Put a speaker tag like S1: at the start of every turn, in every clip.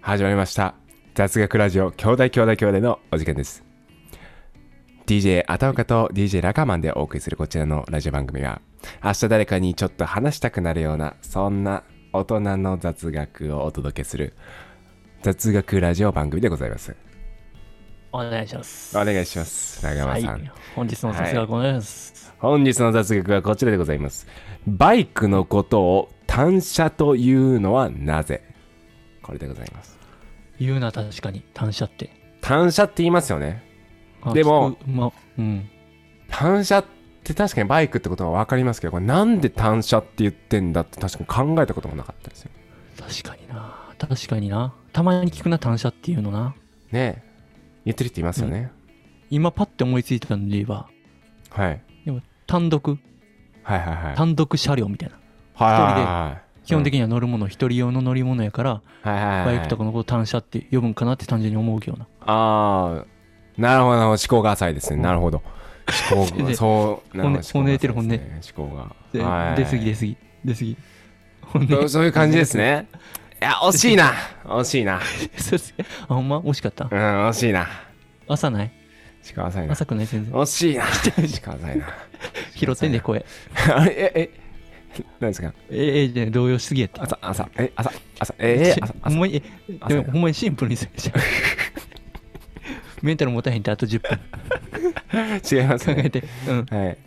S1: 始まりました雑学ラジオ兄弟兄弟兄弟のお時間です DJ アタオカと DJ ラカマンでお送りするこちらのラジオ番組は明日誰かにちょっと話したくなるようなそんな大人の雑学をお届けする雑学ラジオ番組でございます
S2: お願いします。
S1: お願いしますラガマ
S2: は
S1: ン
S2: い
S1: さん、。
S2: 本日のさすがお願いします。
S1: 本日の雑学はこちらでございますバイクのことを単車というのはなぜこれでございます
S2: 言うな、確かに。単車って。
S1: 単車って言いますよね
S2: あ
S1: でも、
S2: 聞くま、うん。
S1: 単車って確かにバイクってことは分かりますけどこれなんで単車って言ってんだって確かに考えたこともなかったですよ
S2: 確かにな。確かにな。たまに聞くな、単車っていうのな。
S1: ねえ言ってる人いますよね、
S2: 今、パッて思いついたので言えば、
S1: はい、
S2: 単独、
S1: はいはいはいはい
S2: 単独車両みたいな。
S1: はい
S2: 基本的には乗るもの、一人用の乗り物やから、
S1: はいはいは
S2: バ
S1: い
S2: イクと
S1: か
S2: かのこと単車って呼ぶんかなって単純に思うけどな。
S1: ああなるほどなるほど思考が浅いですねなるほど思考
S2: で
S1: がそうなるほど
S2: 骨骨出てる
S1: 思考が浅いですね思考
S2: で
S1: がはい
S2: 出過ぎ、出過ぎ、出過ぎ。ほんで
S1: そうそういう感じです ね。いや、惜しいな。惜しいな。
S2: そうっすあ、ほんま惜しかった
S1: うん、。惜しいな。
S2: 朝ない
S1: しか浅いな。
S2: 朝くない全然。
S1: 惜し いな。しか浅いな。
S2: 拾ってんで、声。
S1: あれえ、え、何ですか
S2: ええじゃない動揺しすぎやって。
S1: 朝、朝、え、朝、朝、え、
S2: ち
S1: 朝、
S2: ほん
S1: 朝。
S2: まに、
S1: 朝
S2: で
S1: や
S2: もほんまにシンプルにするじゃん。メンタル持たへんってあと10分
S1: 違います
S2: 考
S1: ね。
S2: えて。うん。
S1: はい。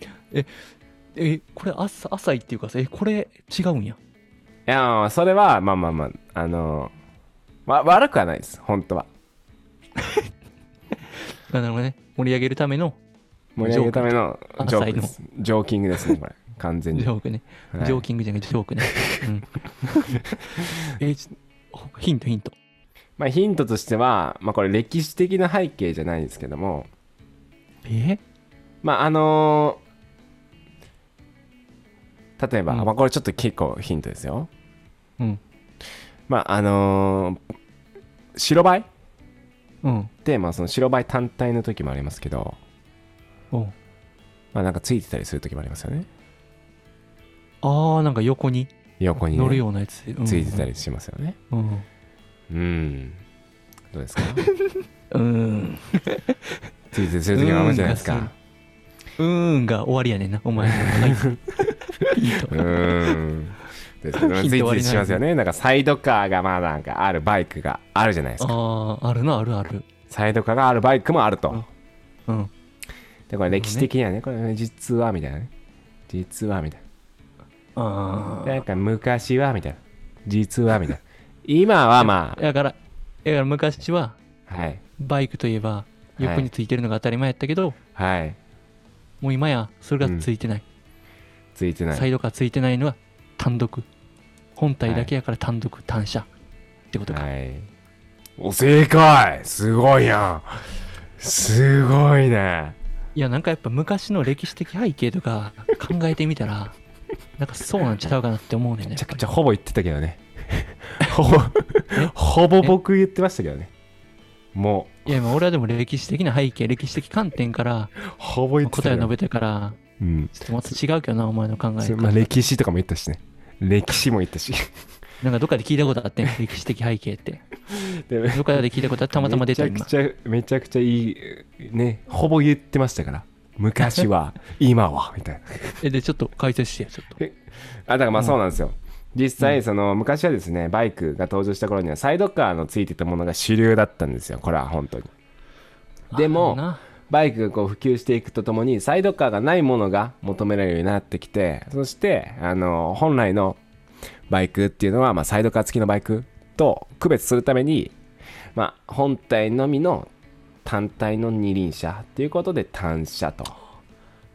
S2: え、これ朝、朝いっていうかさ、え、これ違うんや。
S1: いや、まあそれは、まあまあまあ、あの、わ悪くはないです、本当は。
S2: あなるほどね。盛り上げるための
S1: 盛り上げるためのジ
S2: ジョ
S1: ョ
S2: ー
S1: ー
S2: ク
S1: クです。ジョーキングですね、これ。完全
S2: ジ
S1: に。
S2: ョークね。
S1: はい
S2: ジョーキングじゃなくてジョークね。 うん。え、ちょヒントヒント。
S1: まあ、ヒントとしては、まあ、これ歴史的な背景じゃないですけども、
S2: え
S1: まああのー例えば、
S2: うん
S1: まあ、これちょっと結構ヒントですよ。
S2: うん。
S1: まああのー白バイっ
S2: うん。
S1: て、まあ、その白バイ単体の時もありますけど、
S2: おう
S1: まあ、なんかついてたりする時もありますよね。
S2: ああ、なんか横に
S1: 横に、ね、
S2: 乗るようなやつ。うん
S1: ついてた。りしますよね。
S2: うん。
S1: うん。どうですか
S2: うん。
S1: ついてする時もあるじゃないです
S2: うん
S1: か。
S2: うーんが終わりやねんな、お前の。 はい。ヒント
S1: うーん。どうですか
S2: ヒン
S1: つい
S2: ト
S1: て
S2: あ
S1: り
S2: りない
S1: しますよね。なんかサイドカーがまあなんかあるバイクがあるじゃないですか。
S2: ああ、あるな、あるある。
S1: サイドカーがあるバイクもあると。
S2: うんうん。
S1: でこれ歴史的にはねこれね実はみたいなね実はみたい
S2: あ
S1: ななん
S2: あ。
S1: か昔はみたいな実はみたいな今はま
S2: だから、だから昔は、
S1: あはい
S2: バイクといえば、横についてるのが当たり前やったけど、
S1: はい
S2: もう今や、それがついてない。
S1: ついてな
S2: サ
S1: い
S2: イドカーついてないのは、単独。本体だけやから単独、単車。ってことか。
S1: はいお正解すごいやんすごいね
S2: いや、なんかやっぱ昔の歴史的背景とか考えてみ たら、なんかそうなんちゃうかなって思うねんね
S1: めち。ゃくちゃほぼ言ってたけどね ほぼほぼ僕言ってましたけどねも
S2: いや、まあ俺はでも歴史的な背景、歴史的観点から、
S1: うほぼ言ってた
S2: 答
S1: け
S2: えを
S1: ど
S2: 述べてから、
S1: うん
S2: ちょっとまた違うけどな、お前の考え
S1: それ
S2: 方
S1: まあ歴史とかも言ったしね歴史も言 ったし
S2: なんかどっかで聞いたことあってん、歴史的背景って。
S1: で
S2: どっかで聞いたことあって、たまたま出た
S1: めち
S2: 今
S1: ゃく。ちゃめちゃくちゃいいねほぼ言ってましたから昔 は今はみたいな
S2: え、で、ちょっと解説してよ、ちょっと。
S1: あだからまあそうなんですよ、実際その昔はですねバイクが登場した頃にはサイドカーのついてたものが主流だったんですよこれは本当にで
S2: あ
S1: も
S2: な
S1: バイクがこう普及していくとともにサイドカーがないものが求められるようになってきてそしてあの本来のバイクっていうのは、まあ、サイドカー付きのバイクと区別するために、まあ、本体のみの単体の二輪車っていうことで単車と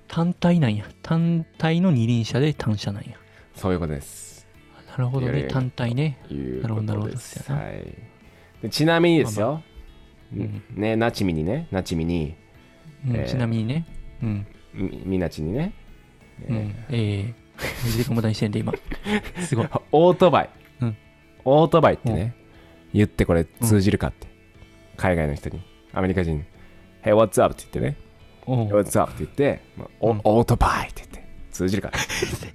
S2: 単体なんや。単体の二輪車で単車なんや。
S1: そういうことです
S2: なるほど
S1: いやい
S2: ね、
S1: や
S2: 単体ね。
S1: いう
S2: なるほどなる
S1: こ
S2: ほ
S1: と
S2: ど
S1: です、
S2: そうや
S1: はい、でちなみにですよ、
S2: まあ
S1: ねなちみにねなちみに
S2: うん
S1: えー
S2: ちなみにね。うん。
S1: みみなちにね
S2: うん。ええー。時間無駄にして んで、今。すごい。
S1: オートバイ、
S2: うん
S1: オートバイってね、言ってこれ通じるかって、海外の人にアメリカ人に「Hey what's up?」って言ってね「
S2: おう
S1: What's up?」って言って、まあお
S2: うん
S1: オートバイって言って通じるか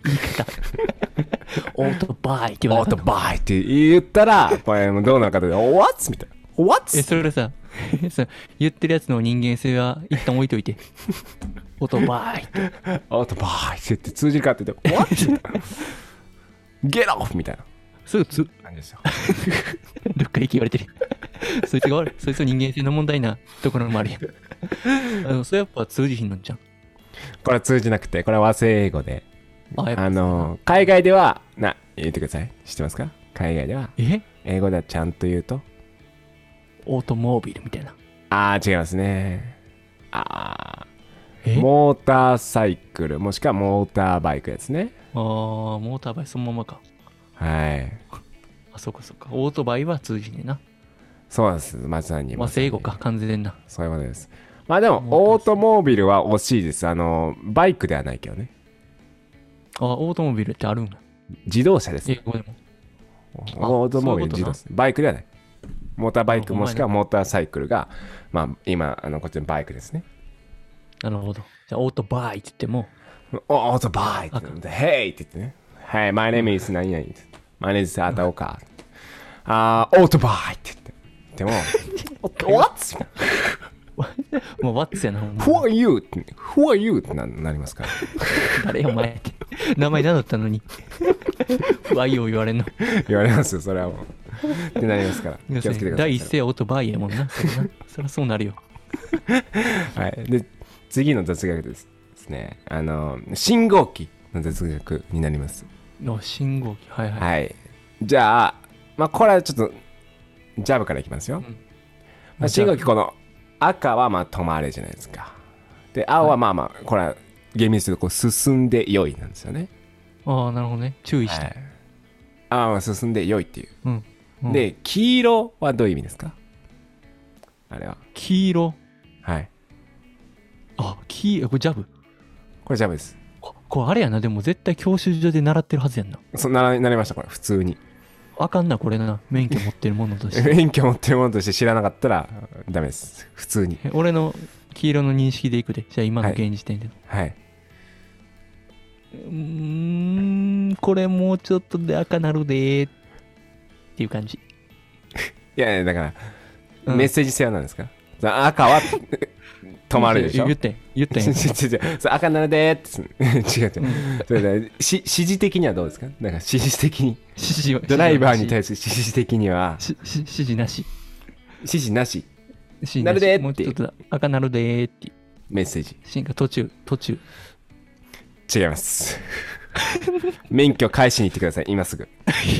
S2: 言い方。オートバイって言 わ
S1: オ
S2: れ
S1: ー
S2: た
S1: トバイって言ったら、これもどうなのかで、おわっつみたいな。おわっつ
S2: え、それさ、 その言ってるやつの人間性は一旦置いと いて。オートバイって。
S1: オートバイって言って通じるかって言って、おわっつみたいな。ゲロみたいな
S2: すぐつ、
S1: 感じですよ。
S2: どっか行き言わ れてる。そいつが悪い。そいつの人間性の問題なところもあ るやん。あのそれやっぱ通じひんのんじゃん。
S1: これは通じなくて、これは和製英語で。
S2: あ、やっぱ
S1: あの、海外では、な、言ってください。知ってますか海外では、
S2: え
S1: 英語ではちゃんと言うと、
S2: オートモービルみたいな。
S1: あー、違いますね。あ
S2: え
S1: ー、モーターサイクル、もしくはモーターバイクですね。
S2: あー、モーターバイそのままか。
S1: はい。
S2: あ、そうかそうか。オートバイは通じねえな。
S1: そうなんです。まさに。
S2: まあ、
S1: さに
S2: 正語か、。完全な。
S1: そういうことです。まあでも、
S2: モ
S1: オ
S2: ー
S1: ー
S2: ターサ
S1: ト
S2: イクル
S1: モービルは惜しいです。あの、バイクではないけどね。
S2: あ、オートモービルってあるんだ。
S1: 自動車です
S2: 英
S1: ね。
S2: 語でも。あ
S1: オートモービル、
S2: そ
S1: 自
S2: ういうことな
S1: 動車。バイクではない。モーターバイク
S2: あほんま
S1: も
S2: や
S1: しくはモーターサイクルが、まあ今、あの、こっちのバイクですね。
S2: なるほど。じゃあ、オートバイって言っても、
S1: おオートバイって言って、Hey! って言ってね。Hey, my name is 何々って。My name is アタオカ。あー、オートバイって言 って。でも、What?
S2: もう、ワッツやな、ほんま
S1: Who are you? って Who are you? ってななりますから。
S2: 誰お前って。名前何だったのに。バイを言われんの。
S1: 言われますよ、それはもう。ってなりますから。気をつけてくださ
S2: 第
S1: い。
S2: 一声はオートバイやもんな。そりゃなそりゃそうなる よ。
S1: はい。で、次の雑学ですね。あの、信号機の雑学になります。
S2: の信号機。はいはい。
S1: はい。じゃあ、まあ、これはちょっと、ジャブからいきますよ
S2: ん。
S1: まあ、信号機、この、赤はまあ、止まれじゃないですか。で、青はまあまあ、これは、厳密に言うと、こう、進んで良いなんですよね。
S2: ああ、なるほどね。注意し
S1: は
S2: て。
S1: い。青は進んで良いっていう。
S2: うん。うん、
S1: で、黄色はどういう意味ですかあれは。
S2: 黄色。
S1: はい。
S2: あ、黄色。これジャブ。
S1: これジャブです。
S2: ここれあれやな。でも絶対教習所で習ってるはずやんな。
S1: そうならなりましたこれ普 通に
S2: あかんな、これな。免許持ってるものとして。
S1: 免許持ってるものとして知らなかったらダメです普通に
S2: え俺の黄色の認識でいくで。じゃあ、今の現時点での。
S1: はい、
S2: うーん、これもうちょっとで赤なるでーっていう感じ。
S1: いやいやだから、
S2: うん
S1: メッセージ性は何ですかその赤 は止まるでしょ
S2: 言って、言ってん
S1: 違う
S2: やん。
S1: 違う違うそれ赤なのでーって 違う違う、それでし指示的にはどうですかだから指示的に
S2: 指示は
S1: ドライバーに対
S2: し
S1: する指示的には
S2: しし指示なし。
S1: 指示なし
S2: 指示し
S1: なるでーって
S2: もうちょっとだ赤なるでーって。
S1: メッセージ
S2: 進化途中、途中。
S1: 違います 免許返しに行ってください今すぐ
S2: い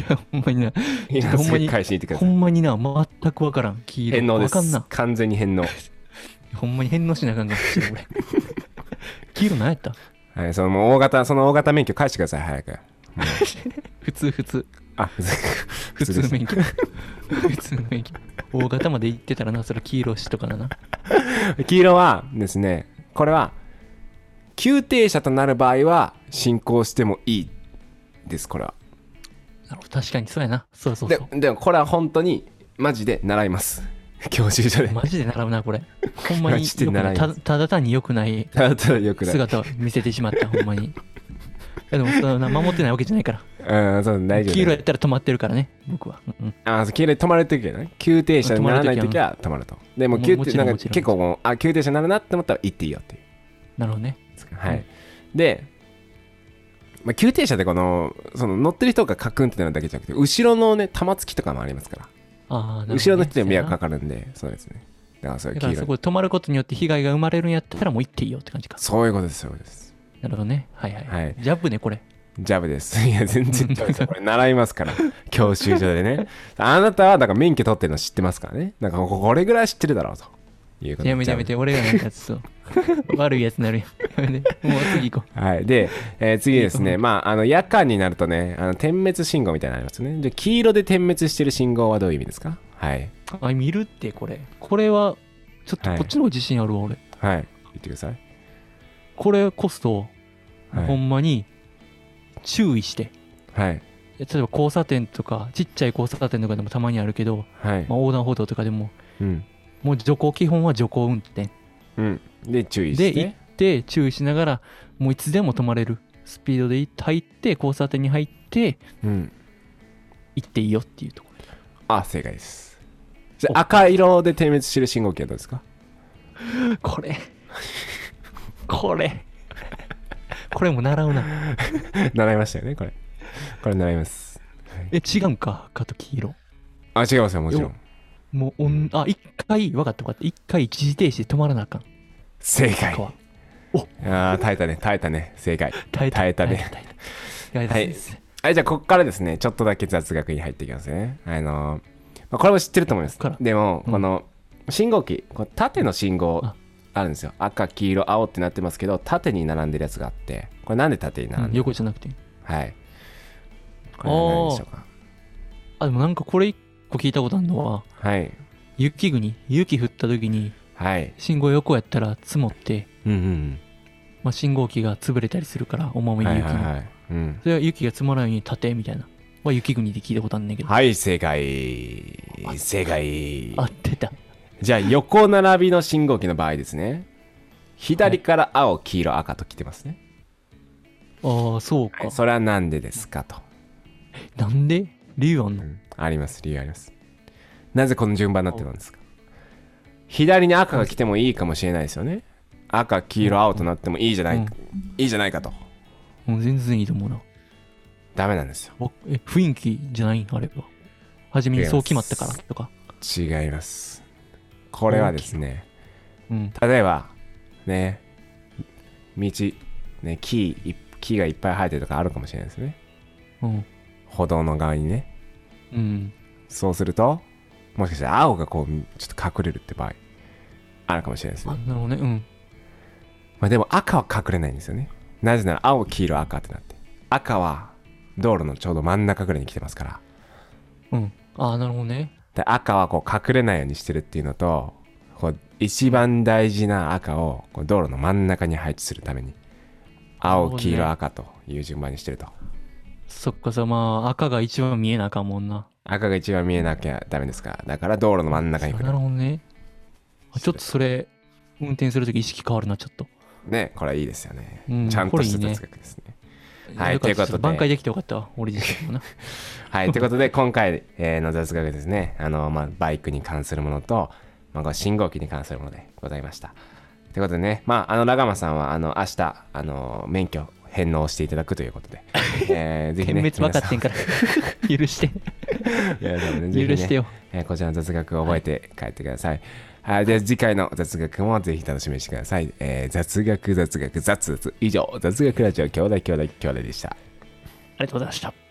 S2: や、ほんまにな。
S1: 今すぐ返しに行ってくだ
S2: ほ
S1: さい
S2: んまにな、全くわからん。黄色。
S1: 返納です
S2: わかんな。
S1: 完全に返納
S2: ほんまに返納しなあかんかもしれん、俺。 黄色何やった
S1: はい、そのもう大型、その大型免許返してください、早く。
S2: 普通、普通。
S1: あ、普通
S2: 普通
S1: でした
S2: 免許。普通免許。大型まで行ってたらな、それ黄色しとかなな。
S1: 黄色はですね、これは、急停車となる場合は、進行してもいいです、これは。
S2: なるほど確かにそうやな。そうそうそ
S1: で
S2: う。
S1: でも、これは本当に、マジで習います。 教習所で。
S2: マジで並ぶな、これ。ほんま
S1: マ
S2: に
S1: ジで
S2: 良くない
S1: 習い
S2: た
S1: ま
S2: ただ単に良くない
S1: た だただよくない。
S2: 姿を見せてしまった、ほんまに。いやでもそんな、守ってないわけじゃないか
S1: う
S2: ら。
S1: ん、そう、大丈夫。
S2: 黄色やったら止まってるからね、僕は。うんうん
S1: あそう黄色で止まるときはね、急停車にならないときは止まると。でも、
S2: も
S1: 急
S2: も
S1: 停
S2: ちろ
S1: なんんか
S2: もちろん
S1: 結構もう、あ、急停車になるなって思ったら行っていいよっていう。
S2: なるほどね。
S1: はい、で、まあ、急停車でこのその乗ってる人がカクンってなるだけじゃなくて後ろのね玉突きとかもありますから、
S2: ああ、なるほどね
S1: 後ろの人にも迷惑
S2: そ
S1: か
S2: う
S1: かるんでそうですねだからそ
S2: や
S1: れ
S2: な
S1: 黄
S2: だから
S1: 色
S2: そ
S1: い
S2: こで止まることによって被害が生まれるんやったらもう行っていいよって感じか。
S1: そういうことですそういうことです
S2: なるほどね。はいはい。
S1: はい
S2: ジャブね、これ。
S1: ジャブです いや全然ジャブですよこれ習います から教習所でねあなたはだから免許取ってるの知ってますからねなんかこれぐらい知ってるだろうということで
S2: やめてやめて、俺がなんかそう。悪いやつになるやん。やめてもう次行こ
S1: はい。で、えー次ですね。まあ、あの、夜間になるとね、あの、点滅信号みたいなのありますよね。で、黄色で点滅してる信号はどういう意味ですかはい。
S2: う。あ、見るって、これ。これは、ちょっとこっちの方が自信あるわ、俺。
S1: はい。言ってください。
S2: これこそ、
S1: はい
S2: ほんまに注意して
S1: はい。
S2: 例えば交差点とかちっちゃい交差点とかでもたまにあるけど、
S1: はい
S2: ま。あ、横断歩道とかでも
S1: うん。
S2: もう徐行基本は徐行運転
S1: うん。で、注意し
S2: で行
S1: て
S2: っ。て注意しながらもういつでも止まれるスピードで入って交差点に入って
S1: うん。
S2: 行っていいよっていうところ
S1: あ、正解です。じゃあ赤色で点滅してる信号機はどうですか
S2: これこれこれも習うな
S1: 習いましたよね、これ。これ習います。
S2: え違うんか赤と黄色
S1: あ、違いますよ、もちろん。
S2: もうおんあ一回分かった分かった一回一時停止で止まらなあかん
S1: 正解
S2: 赤。は
S1: ああ、耐えたね、耐えたね、正解。
S2: 耐えた
S1: 耐えたね
S2: 耐えた耐えた
S1: はい
S2: 耐えたこ
S1: はい、じゃあ、ここからですね、ちょっとだけ雑学に入っていきますね。あのーまあ、これも知ってると思います
S2: こっか。ら
S1: でも、
S2: うん
S1: この信号機、こう縦の信号
S2: あ
S1: あるんですよ。赤、黄色、青ってなってますけど、縦に並んでるやつがあって、これなんで縦に
S2: う
S1: 並ん
S2: ん
S1: でる、
S2: 横じゃなくて
S1: はい。これは何でしょうか。
S2: あでもなんかこれ一個聞いたことあるのは
S1: はい。
S2: 雪国雪降った時に
S1: はい。
S2: 信号横やったら積もって、
S1: うんうん
S2: まあ、信号機が潰れたりするからおま
S1: う
S2: ま
S1: ん。
S2: に
S1: はい
S2: 雪
S1: は
S2: に、
S1: いはい。うん。
S2: それは雪が積もらないように縦みたいなは雪国で聞いたことあるんだけど、
S1: はい、正解。正解。
S2: 合ってた
S1: じゃあ、横並びの信号機の場合ですね。左から青、黄色、赤と来てますね。
S2: ああそう
S1: は
S2: か
S1: い、それはなんでですかと。
S2: なんで理由あんの
S1: あります理由ありますなぜこの順番になってたんですか左に赤が来てもいいかもしれないですよね赤黄色青となってもいいじゃない、
S2: うん
S1: いいじゃないかと
S2: もう全然いいと思うな
S1: ダメなんですよ
S2: わえ雰囲気じゃないんあれば初めにそう決まったからとか
S1: 違いますこれはですね
S2: うん
S1: 例えばね道ね木い木がいっぱい生えてるとかあるかもしれないですね
S2: うん
S1: 歩道の側にね
S2: うん
S1: そうするともしかしたら青がこうちょっと隠れるって場合あるかもしれないですね
S2: あなるほどねうん
S1: まあでも赤は隠れないんですよね。なぜなら青、黄色、赤ってなって。赤は道路のちょうど真ん中ぐらいに来てますから。
S2: うんああなるほどね
S1: で赤はこう隠れないようにしてるっていうのと、こう一番大事な赤をこう道路の真ん中に配置するために、青、黄
S2: な
S1: 色、
S2: る
S1: 赤という順番にしてると。
S2: そっかさまあ赤が一番見えなあかんもんな
S1: 赤が一番見えなきゃダメですから。だから道路の真ん中に来
S2: あ
S1: る
S2: な。るほどねあちょっとそれ運転するとき意識変わるなちょっと
S1: ね、これはいいですよね。
S2: うん
S1: ちゃんとした
S2: これいいね
S1: 哲学ですね。はい
S2: だからちょ
S1: というこ
S2: っ
S1: とで
S2: 挽回できてよかったわ俺自身 もな
S1: はい、ということで今回えーの雑学ですねあの、まあ、バイクに関するものと、まあ、こう信号機に関するものでございました。ということでね、まあ、あのラガマさんはあの明日あの免許返納していただくということ で、えー、ぜひ
S2: 点
S1: ね
S2: 滅 分かってんから 許して
S1: 皆さん皆さんもねぜひね
S2: 許してよ
S1: えーこちらの雑学を覚えて帰ってください。はい、で次回の雑学もぜひ楽しみにしてください。えー雑学雑学雑雑以上雑学ラジオ兄弟兄弟兄弟でした。
S2: ありがとうございました